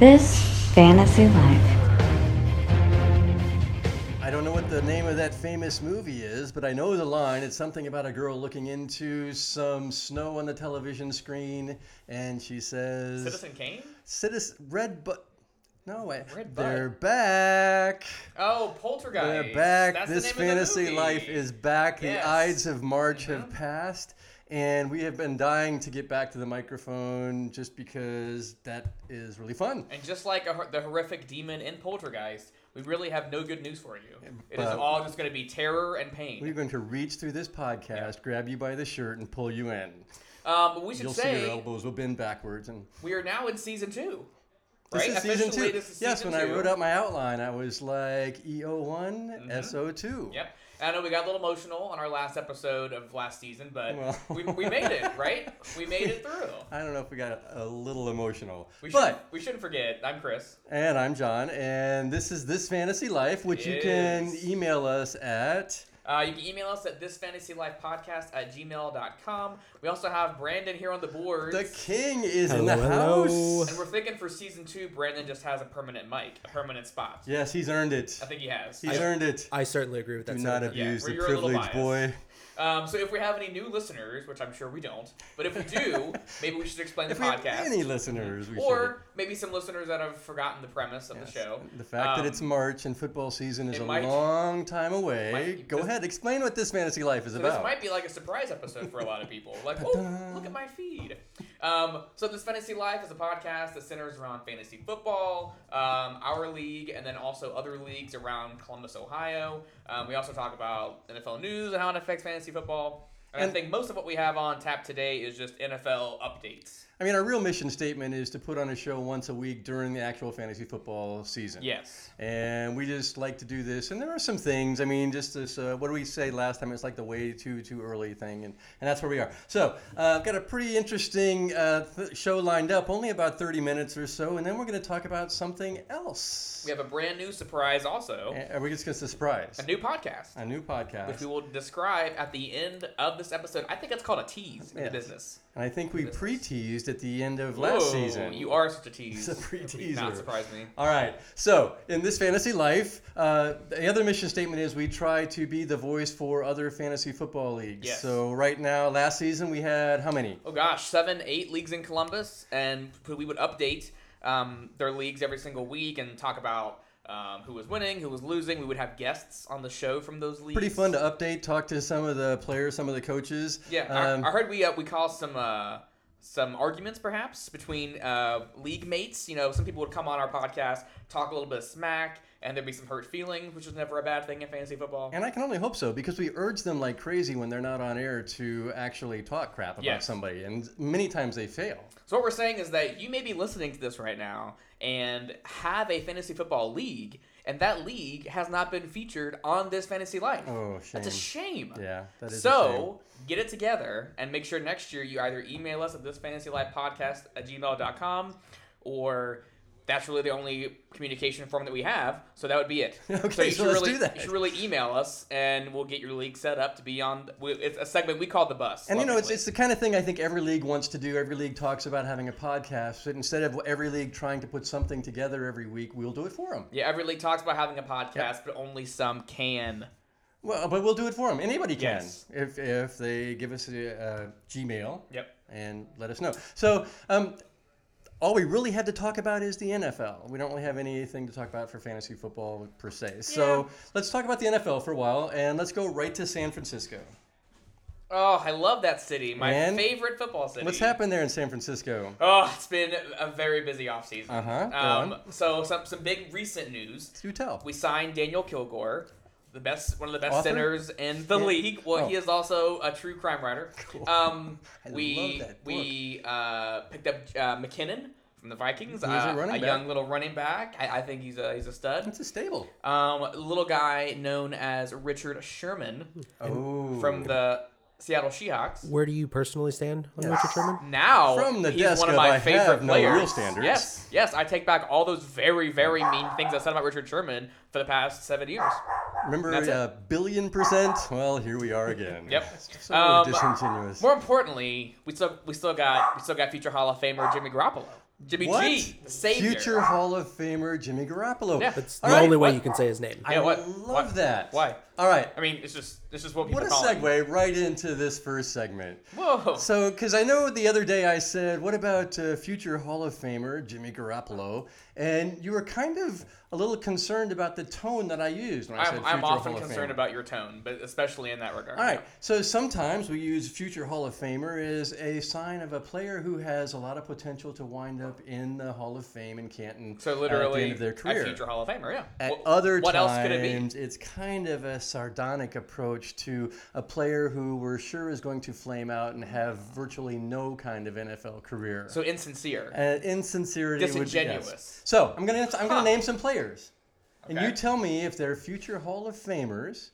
This fantasy life. I don't know what the name of that famous movie is, but I know the line. It's something about a girl looking into some snow on the television screen, and she says, Citizen Kane? Citizen Red But." No way. Red Bud. They're back. Oh, Poltergeist. They're back. That's this the name of the fantasy movie. life is back. The Yes. Mm-hmm. Ides of March have passed, and we have been dying to get back to the microphone just because that is really fun. And just like a, hor- the horrific demon in Poltergeist, we really have no good news for you. It is But- all just going to be terror and pain. We're going to reach through this podcast, grab you by the shirt, and pull you in. um, but we should You'll see your say elbows will bend backwards, and we are now in season two. this Right? is season Officially, two. this is yes, season when two. Mm-hmm. I wrote out my outline, I was like EO one, SO two. Yep. I know we got a little emotional on our last episode of last season, but Well. we, we made it, right? We made it through. I don't know if we got a little emotional, We, should, but we shouldn't forget. I'm Chris. And I'm John, and this is This Fantasy Life, which you can Yes. email us at. Uh, you can email us at thisfantasylifepodcast at gmail.com. We also have Brandon here on the board. The king is in the Hello, hello. house. And we're thinking for season two, Brandon just has a permanent mic, a permanent spot. Yes, he's earned it. I think he has. He's earned it. I certainly agree with that. Do not sentiment. abuse well, the you're a little privilege, boy. Um, so if we have any new listeners, which I'm sure we don't, but if we do, maybe we should explain If the we have podcast. any listeners, we or maybe some listeners that have forgotten the premise of should. the show. The fact that Um, it's March and football season is it a might- long time away. might- Go this- ahead, explain what This Fantasy Life is So about. this might be like a surprise episode for a lot of people. Like, oh, look at my feed. Um, so this fantasy life is a podcast that centers around fantasy football, um, our league, and then also other leagues around Columbus, Ohio. Um, we also talk about NFL news and how it affects fantasy football. And, I And- think most of what we have on tap today is just NFL updates. I mean, our real mission statement is to put on a show once a week during the actual fantasy football season. Yes. and we just like to do this. And there are some things. I mean, just this. Uh, what did we say last time? It's like the way too too early thing, and, and that's where we are. So uh, I've got a pretty interesting uh, th- show lined up, only about thirty minutes or so, and then we're going to talk about something else. We have a brand new surprise also, A- Are we just going to surprise a new podcast. a new podcast? Which we will describe at the end of this episode. I think that's called a tease in Yes. business. and I think we Business. pre-teased at the end of last Whoa, season. You are such a tease. It's a pre-teaser. Not surprise me. All right. So in this fantasy life, uh, the other mission statement is we try to be the voice for other fantasy football leagues. Yes. So right now, last season we had how many? Oh gosh, seven, eight leagues in Columbus, and we would update um, their leagues every single week and talk about um, who was winning, who was losing. We would have guests on the show from those leagues. Pretty fun to update, talk to some of the players, some of the coaches. Yeah, Um, I, I heard we uh, we caused some uh, some arguments perhaps between uh, league mates. You know, some people would come on our podcast, talk a little bit of smack, and there'd be some hurt feelings, which is never a bad thing in fantasy football. and I can only hope so because we urge them like crazy when they're not on air to actually talk crap about Yes. somebody, and many times they fail. So what we're saying is that you may be listening to this right now and have a fantasy football league, and that league has not been featured on this fantasy life. Oh, That's a shame. Yeah, that is a so get it together and make sure next year you either email us at this fantasy life podcast at gmail.com or that's really the only communication form that we have. So that would be it. Okay, you so should let's really, do that. You should really email us and we'll get your league set up to be on. we- It's a segment we call the bus. And you know, it's, lovingly. it's the kind of thing I think every league wants to do. Every league talks about having a podcast, but instead of every league trying to put something together every week, we'll do it for them. Yeah, every league talks about having a podcast, but only some can. Well, but we'll do it for them. Anybody can Yes. if if they give us a, uh Gmail Yep. and let us know. So. Um, all we really had to talk about is the NFL. We don't really have anything to talk about for fantasy football per se. So let's talk about the NFL for a while and let's go right to San Francisco. Oh, I love that city. My And- favorite football city. What's happened there in San Francisco? Oh, it's been a very busy offseason. Uh-huh, go Um, so some some big recent news. Do tell. We signed Daniel Kilgore, the best one of the best Author? centers in the Yeah. league. Well, he Oh. is also a true crime writer. Um, I we love that book. we uh, picked up uh, McKinnon from the Vikings, a uh, running back. young little running back. I, I think he's a he's a stud. It's a stable. Um, little guy known as Richard Sherman Oh, from the Seattle Seahawks. Where do you personally stand on Richard Sherman? Now From the he's desk one of of my I favorite have no players. real standards. Yes, yes, I take back all those very, very mean things I said about Richard Sherman for the past seven years. Remember That's it. a billion percent? Well, here we are again. Yep. So Um, disingenuous. More importantly, we still we still got we still got future Hall of Famer Jimmy Garoppolo. Jimmy What? G, the savior. Future Hall of Famer Jimmy Garoppolo. Yeah. That's All the right. only way what- you can say his name. I Yeah, what- love what- that. why? All right. I mean, it's just this is what people What a call him. segue right into this first segment. Whoa. So, because I know the other day I said, what about uh, future Hall of Famer Jimmy Garoppolo? And you were kind of a little concerned about the tone that I used when I said I'm, future I'm often Hall of concerned Famer. about your tone, but especially in that regard. All right. So sometimes we use future Hall of Famer as a sign of a player who has a lot of potential to wind up in the Hall of Fame in Canton. So at the literally, end of their career. a future Hall of Famer. Yeah. At What- other what times, else could it be? it's kind of a sardonic approach to a player who we're sure is going to flame out and have virtually no kind of NFL career. So insincere. uh, insincerity would be yes. Disingenuous. So I'm gonna I'm gonna Huh. name some players, and you Okay. tell me if they're future Hall of Famers,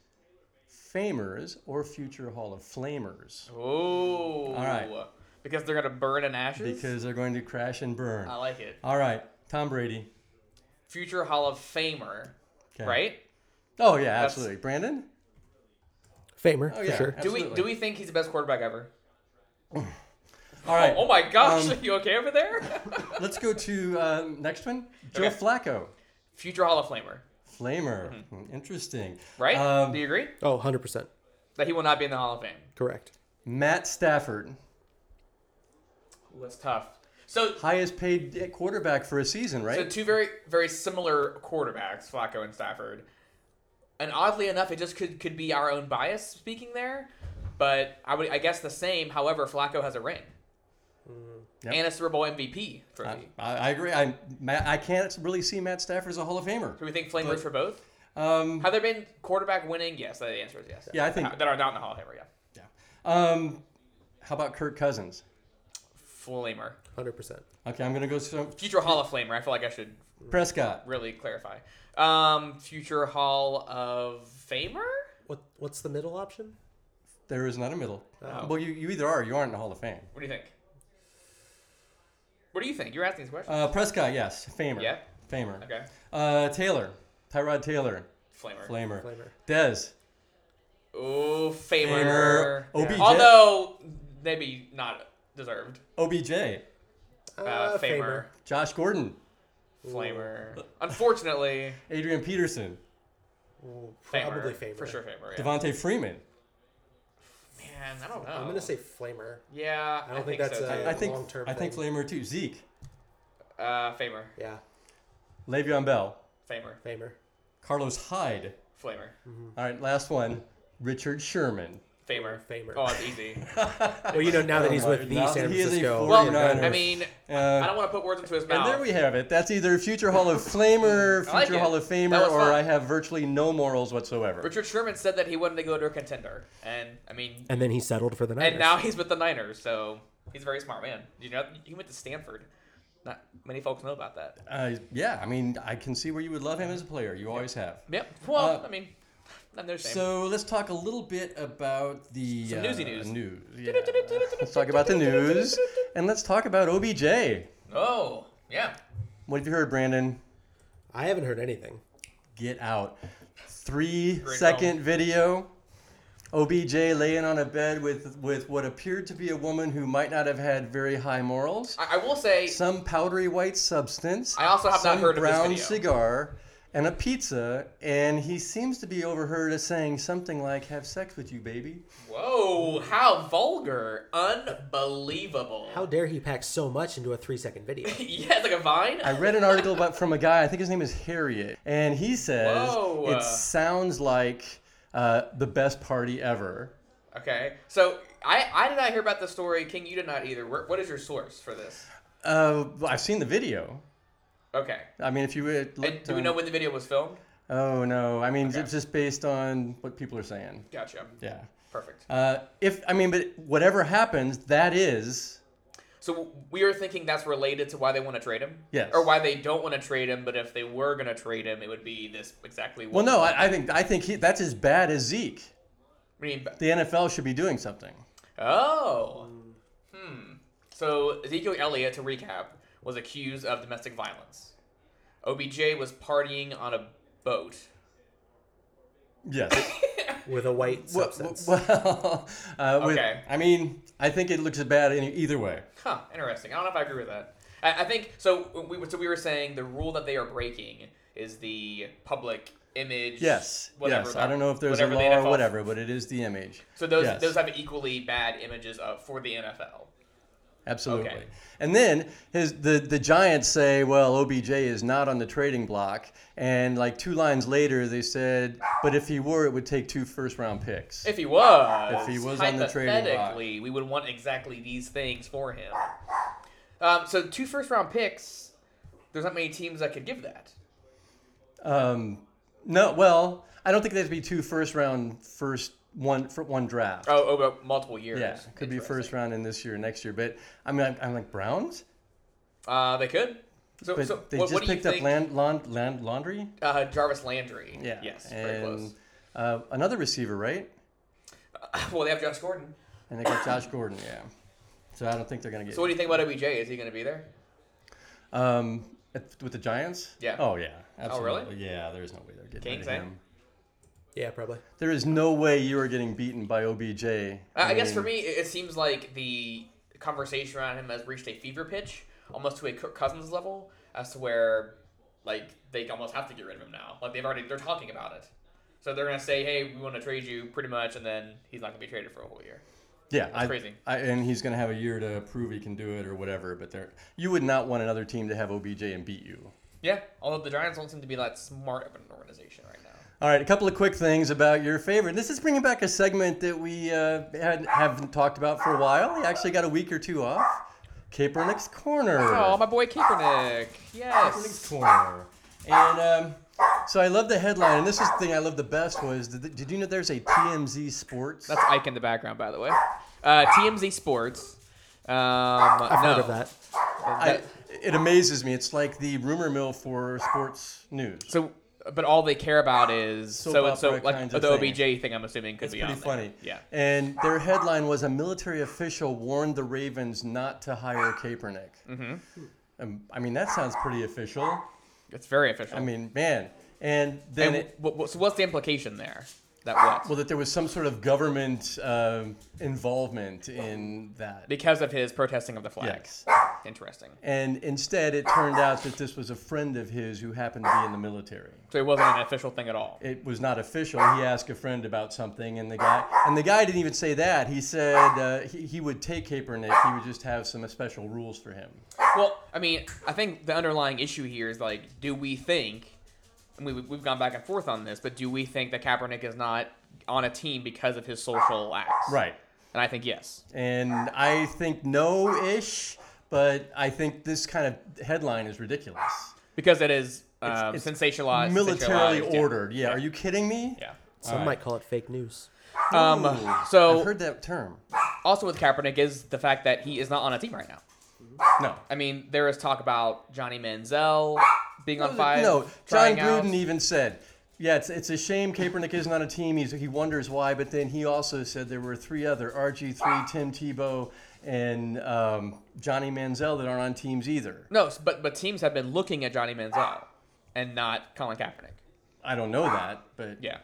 famers, or future Hall of Flamers, oh. All right. Because they're gonna burn in ashes. because they're going to crash and burn. I like it. All right, Tom Brady. Future Hall of Famer, Okay. right? Oh yeah, absolutely. Brandon. Famer, Oh yeah, for sure. Do we absolutely. do we think he's the best quarterback ever? All right. Oh my gosh, Um, you okay over there? Let's go to uh, next one. Joe Okay. Flacco, Future Hall of Famer, Flamer. Interesting. Mm-hmm. right? Um, do you agree Oh, 100%. that he will not be in the Hall of Fame? Correct. Matt Stafford, Ooh, that's tough. So, highest paid quarterback for a season, so right? two very very similar quarterbacks, Flacco and Stafford. And oddly enough, it just could could be our own bias speaking there, but I would I guess the same. However, Flacco has a ring Yep. and a Super Bowl MVP trophy. I, I I agree. I Matt, I can't really see Matt Stafford as a Hall of Famer. do we think flamers for both? Um, Have there been quarterback winning? Yes, the answer is yes. Uh, Yeah, I think- that are not in the Hall of Famer. Yeah, yeah. um, how about Kirk Cousins? flamer, 100%. Okay, I'm gonna go some future Hall of Flamer. I feel like I should Prescott. really clarify. Um, future Hall of Famer? What What's the middle option? There is not a middle. Oh. Well, you, you either are or you aren't in the Hall of Fame. What do you think? What do you think? You're asking this question. Uh, Prescott, yes, Famer. Yeah. Famer. okay, Uh, Taylor, Tyrod Taylor, Flamer. Flamer. Flamer. Dez, Oh, Famer. Famer. OBJ. Although maybe not deserved. OBJ, Uh, Uh, famer. Josh Gordon, Flamer. Unfortunately, Adrian Peterson, Ooh, Famer. Probably Famer. For sure, Famer. Yeah. Devontae Freeman. Man, I don't know. I'm going to say Flamer. Yeah, I don't think that's uh, so, a- too. I think long-term I think thing. Flamer too. Zeke, Uh, Famer. Yeah, Le'Veon Bell, Famer. Famer. Carlos Hyde. Flamer. All right, last one. Richard Sherman. Famer. Famer. Oh, it's easy. Well, you know, now that he's with the Now San Oh he is a Francisco. Well, well, 49ers. I mean, Uh, I don't want to put words into his And mouth. there we have it. That's either future Hall of Famer, I like future it. Hall of That Famer, was or fun. I have virtually no morals whatsoever. Richard Sherman said that he wanted to go to a contender, and I mean, And then he settled for the Niners. and now he's with the Niners, so he's a very smart man. You know, he went to Stanford. Not many folks know about that. Uh, yeah, I mean, I can see where you would love him as a player. You always have. Yep. Well, Uh, I mean, not no shame. So let's talk a little bit about the uh, Some newsy news. news. Yeah. let's talk about the news, and let's talk about OBJ. oh, yeah. What have you heard, Brandon? I haven't heard anything. Get out. Three second Great video. OBJ laying on a bed with with what appeared to be a woman who might not have had very high morals. I, I will say, some powdery white substance. I also have not some heard of this brown video. cigar and a pizza, and he seems to be overheard as saying something like "Have sex with you, baby." whoa, how vulgar, unbelievable. How dare he pack so much into a three second video? yeah, it's like a vine. I read an article about, from a guy. I think his name is Harriet, and he says Whoa. it sounds like uh, the best party ever. okay, so I I did not hear about the story. King, you did not either. Where, what is your source for this? Uh, well, I've seen the video. Okay. I mean, if you would look, And do we know when the video was filmed? Oh no! I mean, it's just based on what people are saying. Gotcha. Yeah. Perfect. Uh, if I mean, but whatever happens, that is So we are thinking that's related to why they want to trade him? Yes. Or why they don't want to trade him, but if they were going to trade him, it would be this exactly Well, what. no, I, I think I think he, that's as bad as Zeke. I mean, The NFL should be doing something. oh. Hmm. So Ezekiel Elliott, to recap, was accused of domestic violence. OBJ was partying on a boat. Yes, with a white Well, substance. well, uh, with- Okay. I mean, I think it looks bad any, either way. Huh, interesting. I don't know if I agree with that. I, I think so. We were- so we were saying the rule that they are breaking is the public image. Yes. whatever. yes. I don't know if there's a whatever the law or NFL whatever, but it is the image. So those Yes. those have equally bad images of, for the NFL. Absolutely. Okay. And then his the, the Giants say, well, OBJ is not on the trading block. And like two lines later, they said, but if he were, it would take two first round picks. If he was, If he was on the trading block. hypothetically, we would want exactly these things for him. Um, so two first round picks. There's not many teams that could give that. Um, no, well, I don't think they'd be two first round, first one for one draft. Oh, over multiple years. yeah, could be Interesting. first round in this year, next year. But I mean, I'm, I'm like Browns, Uh, they could. So, but so they what, just what do you picked up think- land, laund, land laundry. Uh, Jarvis Landry. Yeah. Yes. and, Very close. Uh, another receiver, right? Well, they have Josh Gordon. And they got Josh Gordon. Yeah. So I don't think they're gonna get. So what do you think about OBJ? Is he going to be there? Um, at- with the Giants? Yeah. Oh yeah. Oh, really? Absolutely. Yeah, there is no way they're getting Kings, rid eh? of him. yeah, probably. There is no way you are getting beaten by OBJ. I, I, I guess for mean, me, it, it seems like the conversation around him has reached a fever pitch, almost to a Kirk Cousins level, as to where, like, they almost have to get rid of him now. Like they've already they're talking about it. So they're going to say, hey, we want to trade you, pretty much, and then he's not going to be traded for a whole year. yeah, I, crazy. I, and he's gonna have a year to prove he can do it or whatever. But there, you would not want another team to have OBJ and beat you. Yeah. Although the Giants don't seem to be that smart of an organization right now. All right, a couple of quick things about your favorite. This is bringing back a segment that we uh, had, haven't talked about for a while. We actually got a week or two off. Capernick's Corner. Oh, my boy Kaepernick. Kaepernick's Yes. Corner. And um, so I love the headline, and this is the thing I love the best was, did, did you know there's a TMZ Sports? That's Ike in the background, by the way. Uh, TMZ Sports. Um, I've no. heard of that. I, it amazes me. It's like the rumor mill for sports news. So, but all they care about is Soap so and so, opera like kinds the of OBJ things. thing. I'm assuming could It's be pretty on there. funny. Yeah. And their headline was a military official warned the Ravens not to hire Kaepernick. Mm-hmm. Um, I mean, that sounds pretty official. It's very official. I mean, man. And then and it, wh- wh- so what's the implication there? That what? well, that there was some sort of government um involvement in that. because of his protesting of the flag. Yes. Interesting. And instead, it turned out that this was a friend of his who happened to be in the military. So it wasn't an official thing at all. it was not official. He asked a friend about something, and the guy and the guy didn't even say that. He said uh, he, he would take Kaepernick. He would just have some special rules for him. Well, I mean, I think the underlying issue here is like, do we think, and we, we've gone back and forth on this, but do we think that Kaepernick is not on a team because of his social acts? Right. And I think yes. And I think no ish, but I think this kind of headline is ridiculous. Because it is um, it's sensationalized. Militarily sensationalized, yeah. ordered. Yeah. Are you kidding me? Yeah. Some might call it fake news. Um, Ooh, I've so heard that term. also with Kaepernick is the fact that he is not on a team right now. No. I mean, there is talk about Johnny Manziel being on five. No, John trying out. Gruden even said, "Yeah, it's, it's a shame Kaepernick isn't on a team. He's, he wonders why." But then he also said there were three other RG three, Tim Tebow, and um, Johnny Manziel that aren't on teams either. No, s- but but teams have been looking at Johnny Manziel and not Colin Kaepernick. I don't know that, but Yeah.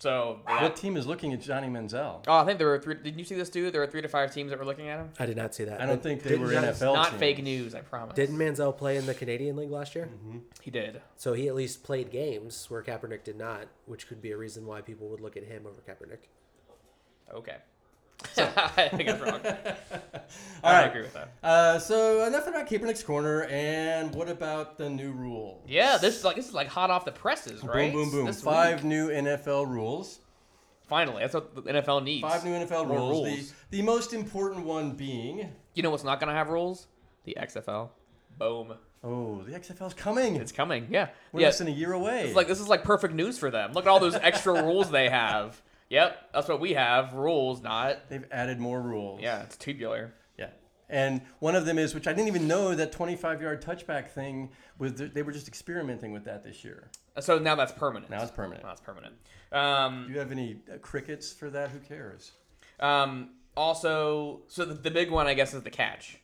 So what that, team is looking at Johnny Manziel? oh, I think there were three. Did you see this dude? There were three to five teams that were looking at him. I did not see that. I don't But think they didn't were John- NFL. Not teams. fake news, I promise. Didn't Manziel play in the Canadian League last year? Mm-hmm. he did? So he at least played games where Kaepernick did not, which could be a reason why people would look at him over Kaepernick. Okay. I think that's wrong. All I right. agree with that. Uh, so enough about Kaepernick's corner, and what about the new rule? Yeah, this is like this is like hot off the presses, right? Boom, boom, boom. This Five week. new NFL rules. Finally, that's what the NFL needs. Five new NFL More rules. rules. The, the most important one being You know what's not gonna have rules? The XFL. Boom. Oh, the XFL's coming. It's coming. Yeah. We're yeah. less than a year away. It's like this is like perfect news for them. Look at all those extra rules they have. Yep, that's what we have. Rules, not They've added more rules. yeah. It's tubular. Yeah. And one of them is, which I didn't even know, that 25 yard touchback thing, was they were just experimenting with that this year. So now that's permanent. Now it's permanent. Now it's permanent. Do Um, you have any uh, crickets for that? Who cares? um, also, so the, the big one I guess is the catch.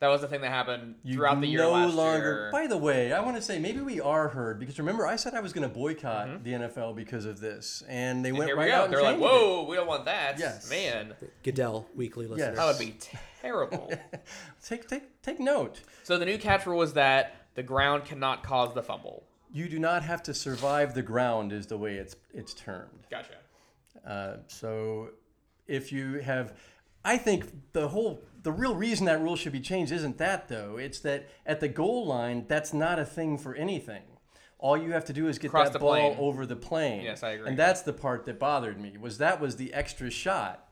That was the thing that happened You throughout the year no last longer. year. By the way, I want to say maybe we are heard because remember I said I was going to boycott the NFL because of this, and they went Mm-hmm. Here right we out. go. and They're like, changed it. whoa, we don't want that. Yes. Man, Goodell weekly listeners. that would be terrible. Take take take note. so the new catch rule is that the ground cannot cause the fumble. You do not have to survive the ground is the way it's it's termed. Gotcha. Uh, so if you have, I think the whole the real reason that rule should be changed isn't that though. It's that at the goal line, that's not a thing for anything. All you have to do is get Cross that the ball plane. over the plane. Yes, I agree. And that's the part that bothered me was that was the extra shot.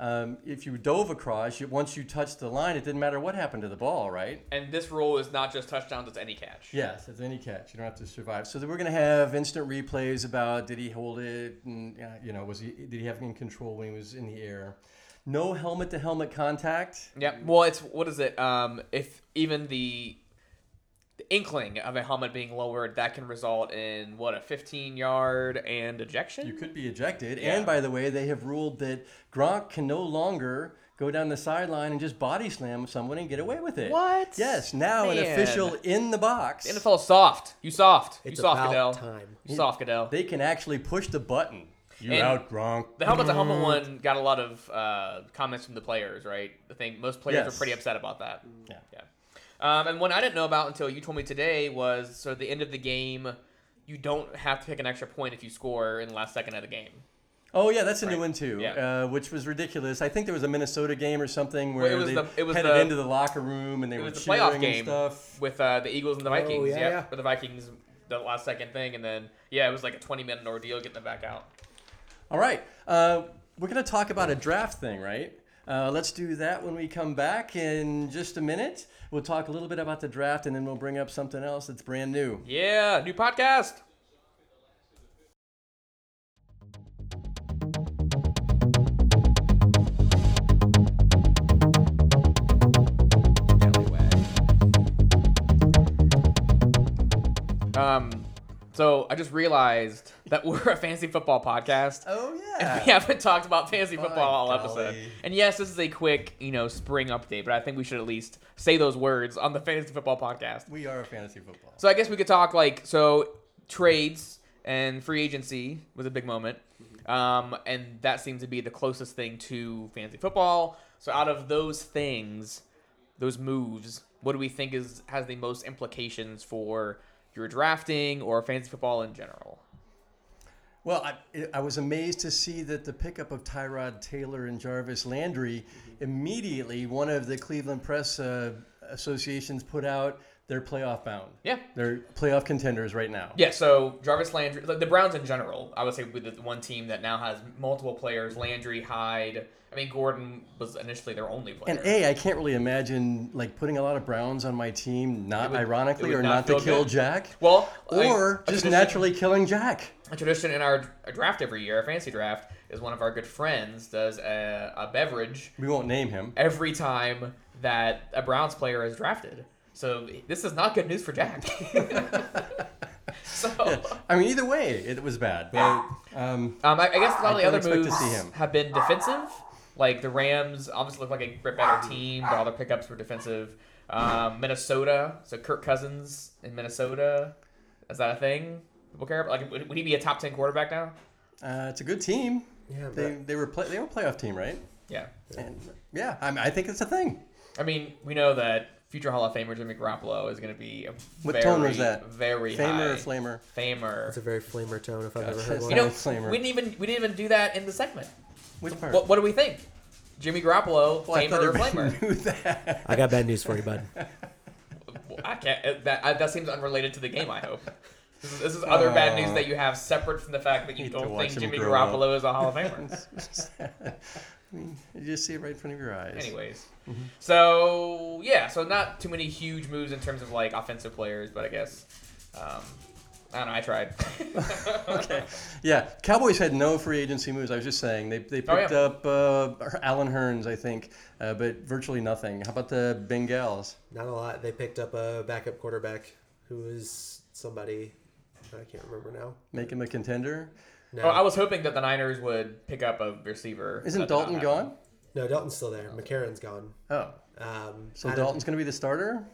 Um, if you dove across, you, once you touched the line, it didn't matter what happened to the ball, right? And this rule is not just touchdowns, it's any catch. Yes, it's any catch. You don't have to survive. So then we're going to have instant replays about did he hold it, and uh, you know, was he did he have any control when he was in the air? No helmet to helmet contact. Yep. Well, it's what is it? Um, if even the, the inkling of a helmet being lowered, that can result in what a 15 yard and ejection. You could be ejected. Yeah. And by the way, they have ruled that Gronk can no longer go down the sideline and just body slam someone and get away with it. What? Yes. Now an Man. official in the box. NFL soft. You soft. It's you soft, about Goodell. time. You soft, Goodell. they can actually push the button. You And- out, Gronk. The helmet to Mm. helmet one got a lot of uh, comments from the players, right? I think most players Yes. were pretty upset about that. Mm. Yeah. Yeah. Um, and one I didn't know about until you told me today was so at the end of the game, you don't have to pick an extra point if you score in the last second of the game. Oh yeah, that's a Right. new one too, Yeah. uh, which was ridiculous. I think there was a Minnesota game or something where it was they the- it was headed the- into the locker room and they It were was the cheering playoff and game stuff. with uh, the Eagles and the Vikings. Oh, yeah, yep, yeah. With the Vikings, the last second thing, and then yeah, it was like a 20 minute ordeal getting them back out. All right, uh, we're gonna talk about a draft thing, right? Uh, let's do that when we come back in just a minute. We'll talk a little bit about the draft and then we'll bring up something else that's brand new. Yeah, new podcast. Um, so I just realized that we're a fantasy football podcast. Oh And we haven't talked about fantasy football all episode. golly. And yes, this is a quick, you know, spring update, but I think we should at least say those words on the fantasy football podcast. we are a fantasy football. So I guess we could talk like so trades and free agency was a big moment, um, and that seems to be the closest thing to fantasy football. So out of those things, those moves, what do we think is has the most implications for your drafting or fantasy football in general? Well, I, I was amazed to see that the pickup of Tyrod Taylor and Jarvis Landry Mm-hmm. immediately, one of the Cleveland Press uh, associations put out their playoff bound. Yeah. They're playoff contenders right now. Yeah, so Jarvis Landry, like the Browns in general, I would say with the one team that now has multiple players, Landry, Hyde. I mean, Gordon was initially their only player. And A, I can't really imagine like putting a lot of Browns on my team, not would- it ironically would or not, not to feel kill good. Jack. well, I- or a just tradition- naturally killing Jack. a tradition in our our draft every year, our fantasy draft, is one of our good friends does a, a beverage We won't name him. every time that a Browns player is drafted. So this is not good news for Jack. so I mean, either way, it was bad. But um, um, I, I guess a lot I of the don't other expect to moves see him. have been defensive. Like the Rams obviously look like a bit better team, but all their pickups were defensive. Um, Minnesota, so Kirk Cousins in Minnesota, is that a thing? People care about like would, would he be a top ten quarterback now? uh, it's a good team. Yeah, but- They, they were play, they were a playoff team, right? Yeah. And yeah, I, mean, I think it's a thing. I mean, we know that future Hall of Famer Jimmy Garoppolo is going to be a What very, tone was that? Very Famer high. or flamer? It's a Famer. very flamer tone if I've ever heard Gotcha. one. You know, Flamer. we didn't even we didn't even do that in the segment. Which part? What, what do we think? Jimmy Garoppolo, Well, I famer thought or everybody flamer? knew that. I got bad news for you, bud. Well, I can't. uh, That uh, that seems unrelated to the game. I hope. This is, this is other bad news Uh, that you have separate from the fact that you need to don't watch think him Jimmy grow up. Garoppolo is a Hall of Famer. I mean, you just see it right in front of your eyes. Anyways, Mm-hmm. so yeah, so not too many huge moves in terms of like offensive players, but I guess um, I don't know. I tried. okay. Yeah, Cowboys had no free agency moves. I was just saying they, they Oh, yeah. picked up uh, Alan Hearns, I think, uh, but virtually nothing. How about the Bengals? Not a lot. They picked up a backup quarterback who was somebody I can't remember now. Make him a contender. No, Oh, Oh, Well, I was hoping that the Niners would pick up a receiver. Isn't That did not Dalton happen. gone? No, Dalton's still there. McCarron's gone. Oh, Um, so I don't- Dalton's going to be the starter?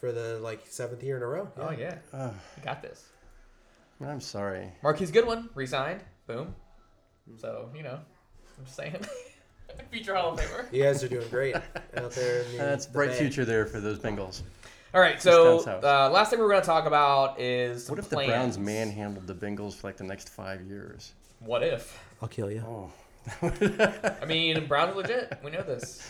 for the like seventh year in a row. Oh yeah, you got this. I'm sorry. Marquise Goodwin resigned. Boom. So you know, I'm just saying, future Hall of Famer. You guys are doing great out there. In the, That's a the bright Bay. future there for those Bengals. All right, so Just down south. uh, last thing we're going to talk about is some What if the plans. Browns manhandled the Bengals for like the next five years? What if? I'll kill you. Oh, I mean, Browns are legit. We know this.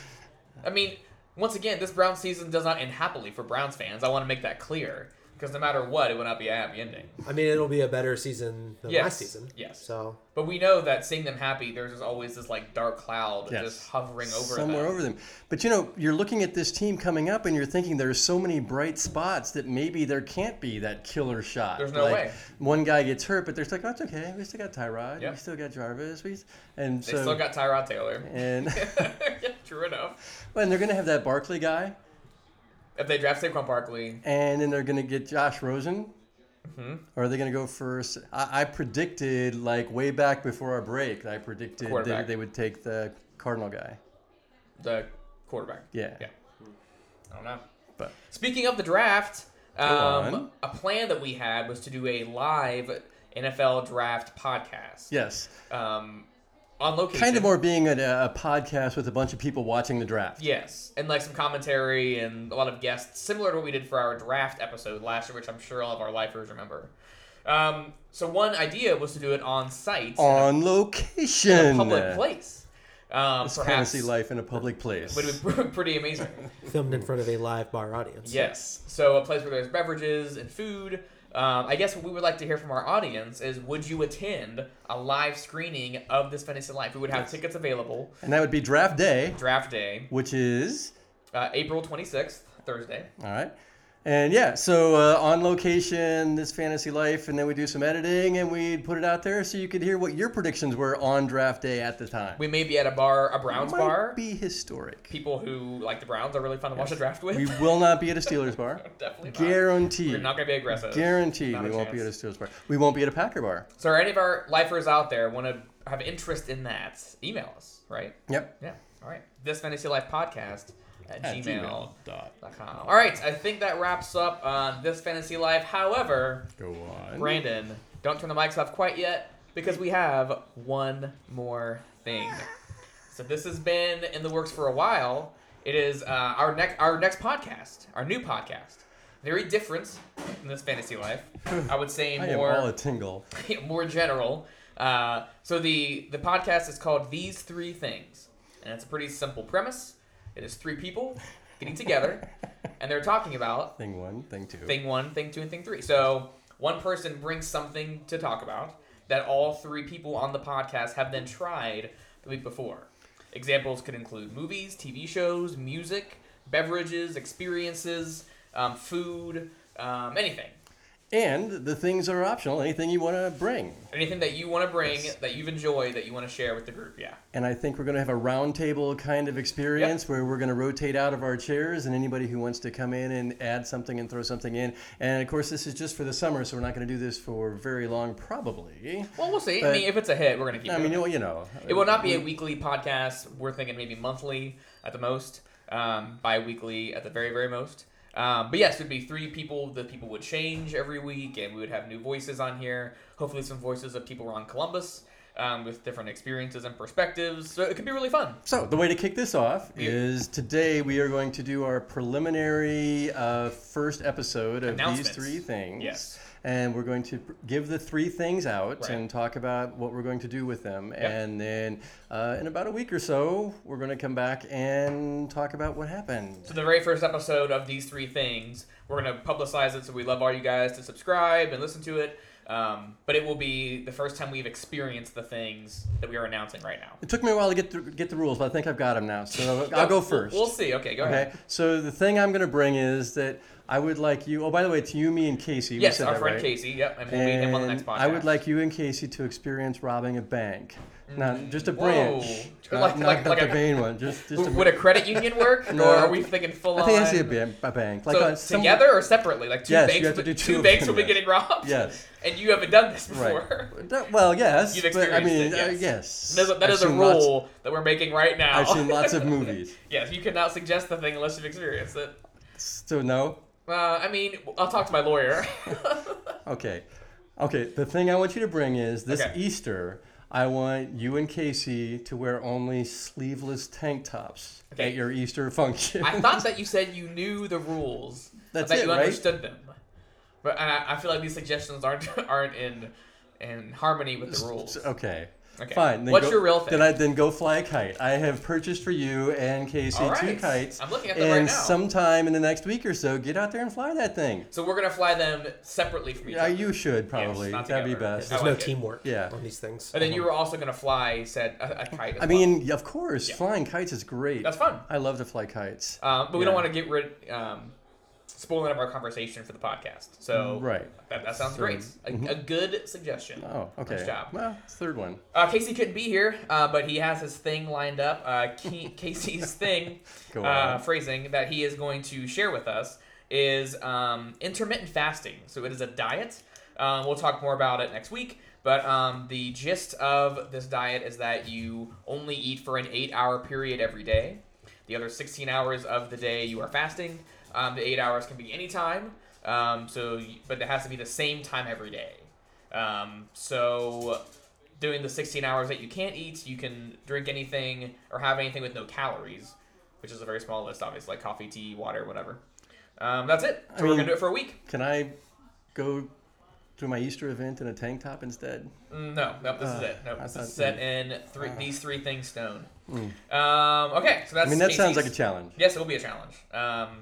I mean, once again, this Browns season does not end happily for Browns fans. I want to make that clear because no matter what, it will not be a happy ending. I mean, it'll be a better season than Yes, last season. yes. So But we know that seeing them happy, there's just always this like dark cloud Yes. just hovering over somewhere them. over them. But you know, you're looking at this team coming up, and you're thinking there's so many bright spots that maybe there can't be that killer shot. There's no Like, way. One guy gets hurt, but they're like, oh, it's okay. We still got Tyrod. Yep. We still got Jarvis. We and They so still got Tyrod Taylor. and yeah, true enough. well, and they're gonna have that Barkley guy, If they draft Saquon Barkley, and then they're gonna get Josh Rosen. Mm-hmm. Or are they going to go first? I, I predicted, like way back before our break, I predicted they, Quarterback. they would take the Cardinal guy. the quarterback. Yeah. Yeah. I don't know. But Speaking of the draft, um, on. a plan that we had was to do a live NFL draft podcast. yes, Um, on location. kind of more being a, a podcast with a bunch of people watching the draft. Yes, and like some commentary and a lot of guests, similar to what we did for our draft episode last year, which I'm sure all of our lifers remember. Um, so one idea was to do it on site, On in a location. public place. Um, It's perhaps fantasy life in a public place. would be pretty amazing. filmed in front of a live bar audience. Yes. So a place where there's beverages and food. Um, I guess what we would like to hear from our audience is: Would you attend a live screening of this Fantasy Life? We would have tickets available And that would be draft day, draft day, which is uh, April 26th, Thursday. all right. And yeah, so uh, on location, this fantasy life, and then we do some editing and we put it out there so you could hear what your predictions were on draft day at the time. We may be at a bar, a Browns Might bar. be historic. People who like the Browns are really fun to watch a draft with. We will not be at a Steelers bar. Definitely not. Guaranteed. We're not gonna be aggressive. Guaranteed, Not we a won't be at a chance. Steelers bar. We won't be at a Packer bar. So, are any of our lifers out there want to have interest in that? Email us, right? Yep. Yeah. All right. This Fantasy Life Podcast at, At gmail. dot dot com. All right, I think that wraps up on this fantasy life. However, Go on. Brandon, don't turn the mics off quite yet because we have one more thing. So this has been in the works for a while. It is uh, our next our next podcast, our new podcast. Very different in this fantasy life. I would say I am more all a tingle. more general. Uh, so the the podcast is called These Three Things, and it's a pretty simple premise. It is three people getting together, and they're talking about Thing one, thing two. thing one, thing two, and thing three. So one person brings something to talk about that all three people on the podcast have then tried the week before. Examples could include movies, TV shows, music, beverages, experiences, um, food, um, anything. And the things are optional. Anything you want to bring. Anything that you want to bring that you've enjoyed that you want to share with the group, yeah. And I think we're going to have a roundtable kind of experience where we're going to rotate out of our chairs and anybody who wants to come in and add something and throw something in. And of course, this is just for the summer, so we're not going to do this for very long, probably. Well, we'll see. I But- mean, if it's a hit, we're gonna keep. I it. mean, you know. it will not be Mm-hmm. a weekly podcast. We're thinking maybe monthly at the most, um, bi-weekly at the very very most. Um, but yes, it'd be three people. The people would change every week, and we would have new voices on here. Hopefully, some voices of people around Columbus um, with different experiences and perspectives. So it could be really fun. So the way to kick this off Yeah. is today we are going to do our preliminary uh, first episode of these Announcements. three things. Yes. And we're going to pr- give the three things out Right. and talk about what we're going to do with them. And then uh, in about a week or so, we're going to come back and talk about what happened. So the very first episode of these three things, we're gonna publicize it. So we love all you guys to subscribe and listen to it. Um, but it will be the first time we've experienced the things that we are announcing right now. It took me a while to get th- get the rules, but I think I've got them now. So I'll No, go we'll- 1st We'll see. Okay, go Okay. ahead. So the thing I'm going to bring is that I would like you. Oh, by the way, it's Yumi and Casey. We Yes, said our that friend right. Casey. Yep, and we'll meet him on the And next podcast. I would like you and Casey to experience robbing a bank. Not just a Mm, Whoa. branch, not, Like- not like- the like a- main one. Just, just a, Would a credit union work, No. or are we thinking full I think on? I see a, ban- a bank. Like so a, some- together or separately? Like two Yes, you banks, have to do will- two of banks them, will yes. be getting robbed. Yes. and you haven't done this Right. before. That- well, yes. You've but, I experienced mean, it, Uh, yes. yes. That is a, that I've is a seen lots- rule that we're making right now. I've seen lots of movies. yes, you cannot suggest the thing unless you've experienced it. So no. Uh, I mean, I'll talk to my lawyer. Okay. Okay. The thing I want you to bring is this Okay. Easter. I want you and Casey to wear only sleeveless tank tops Okay. at your Easter function. I thought that you said you knew the rules. That's I bet it, you right? understood them. But uh, I, I feel like these suggestions aren't aren't in in harmony with the rules. Okay. Okay. Fine. then What's go- your real thing? Then I then go fly a kite. I have purchased for you and Casey All two right. kites. I'm looking at them and right now. sometime in the next week or so, get out there and fly that thing. so we're gonna fly them separately from each Yeah, other. you should probably. not That'd be together. best. There's Oh, I no like it. teamwork Yeah. on these things. and then you were also gonna fly said a, a kite. As I well. mean, of course, flying kites is great. That's fun. I love to fly kites. Um, but we don't Yeah. want to get rid um, spoiling up our conversation for the podcast. So Right. that, that sounds So- mm-hmm. great. A, a good suggestion. Oh, okay. Nice job. Well, it's the third one. Uh, Casey couldn't be here, uh, but he has his thing lined up. Uh, Ke- Casey's thing, Go uh, on. phrasing that he is going to share with us is um, intermittent fasting. So it is a diet. Um, we'll talk more about it next week. But um, the gist of this diet is that you only eat for an eight-hour period every day. The other 16 hours of the day you are fasting. Um, the eight hours can be any time. Um, so, y- but it has to be the same time every day. Um, so, doing the 16 hours that you can't eat, you can drink anything or have anything with no calories, which is a very small list, obviously, like coffee, tea, water, whatever. Um, that's it. So I we're mean- gonna do it for a week. Can I go to my Easter event in a tank top instead? Mm, No, nope, this is Uh, it. Nope, I this thought- is set in three, these three things stone. Um, okay, so that's. Uh. Mm. I mean, that sounds like a Casey's. challenge. Yes, it will be a challenge. Um,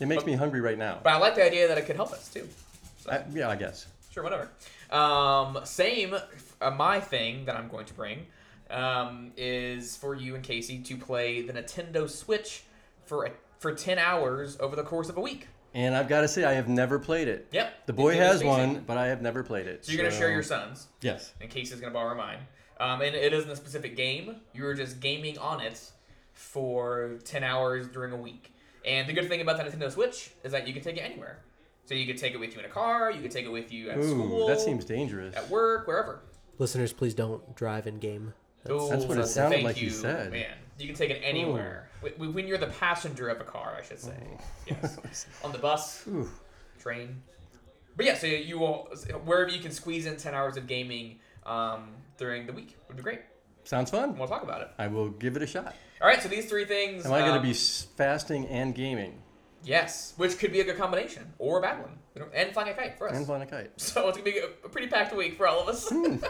It makes me hungry right now. but I like the idea that it could help us too. I, yeah, I guess. Sure, whatever. Um, same, uh, my thing that I'm going to bring um, is for you and Casey to play the Nintendo Switch for a, for 10 hours over the course of a week. And I've got to say, I have never played it. Yep. The boy You do this has easy. one, but I have never played it. So you're going to share your son's, Yes. and Casey's going to borrow mine. Um, and it isn't a specific game. You were just gaming on it for 10 hours during a week. And the good thing about the Nintendo Switch is that you can take it anywhere. So you could take it with you in a car, you could take it with you at Ooh, school, that seems dangerous. at work, wherever. Um, Listeners, please don't drive in game. That's- That's Ooh, what it sounded thank like you said. Man, you can take it anywhere. Wh- wh- When you're the passenger of a car, I should say. Yes. On the bus, Oh. Ooh. train. But yeah, so you will wherever you can squeeze in ten hours of gaming um, during the week would be great. Sounds fun. We'll talk about it. I will give it a shot. All right, so these three things. Am I going um, to be s- fasting and gaming Yes, which could be a good combination or a bad one, You know, and flying a kite for us. and flying a kite? So it's gonna be a pretty packed week for all of us. Hmm. um,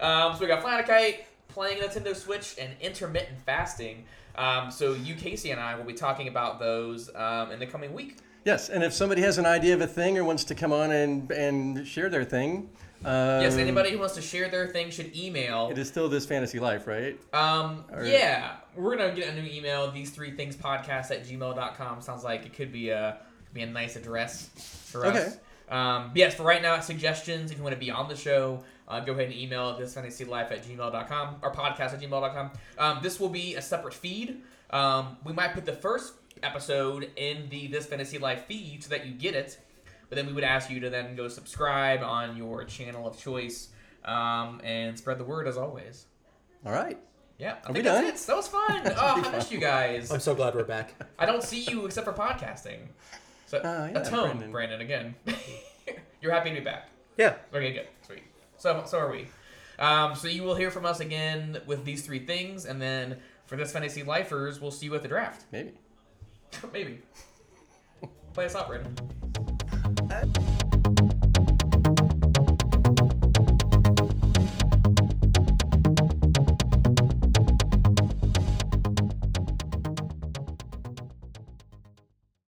so we got flying a kite, playing Nintendo Switch, and intermittent fasting. Um, so you, Casey, and I will be talking about those um, in the coming week. Yes, and if somebody has an idea of a thing or wants to come on and, and share their thing, uh, Yes, anybody who wants to share their thing should email. It is still this fantasy life, right? Um, Or- yeah, we're gonna get a new email. These three things podcast at gmail.com sounds like it could be a could be a nice address for us. Um, yes, for right now, suggestions. If you want to be on the show, uh, go ahead and email this fantasy life at gmail.com or podcast at gmail.com. Um, this will be a separate feed. Um, we might put the first episode in the This Fantasy Life feed so that you get it. But then we would ask you to then go subscribe on your channel of choice um, and spread the word as always. All right. Are Yeah, I think we that's done? it. That was fun. Oh, I missed you guys. I'm so glad we're back. I don't see you except for podcasting. So Oh, yeah, that's home, Brandon, Brandon. again. You're happy to be back. Yeah. Okay, good, sweet. So so are we. Um, so you will hear from us again with these three things, and then for this fantasy lifers, we'll see you at the draft. Maybe. Maybe. Play us out, Brandon.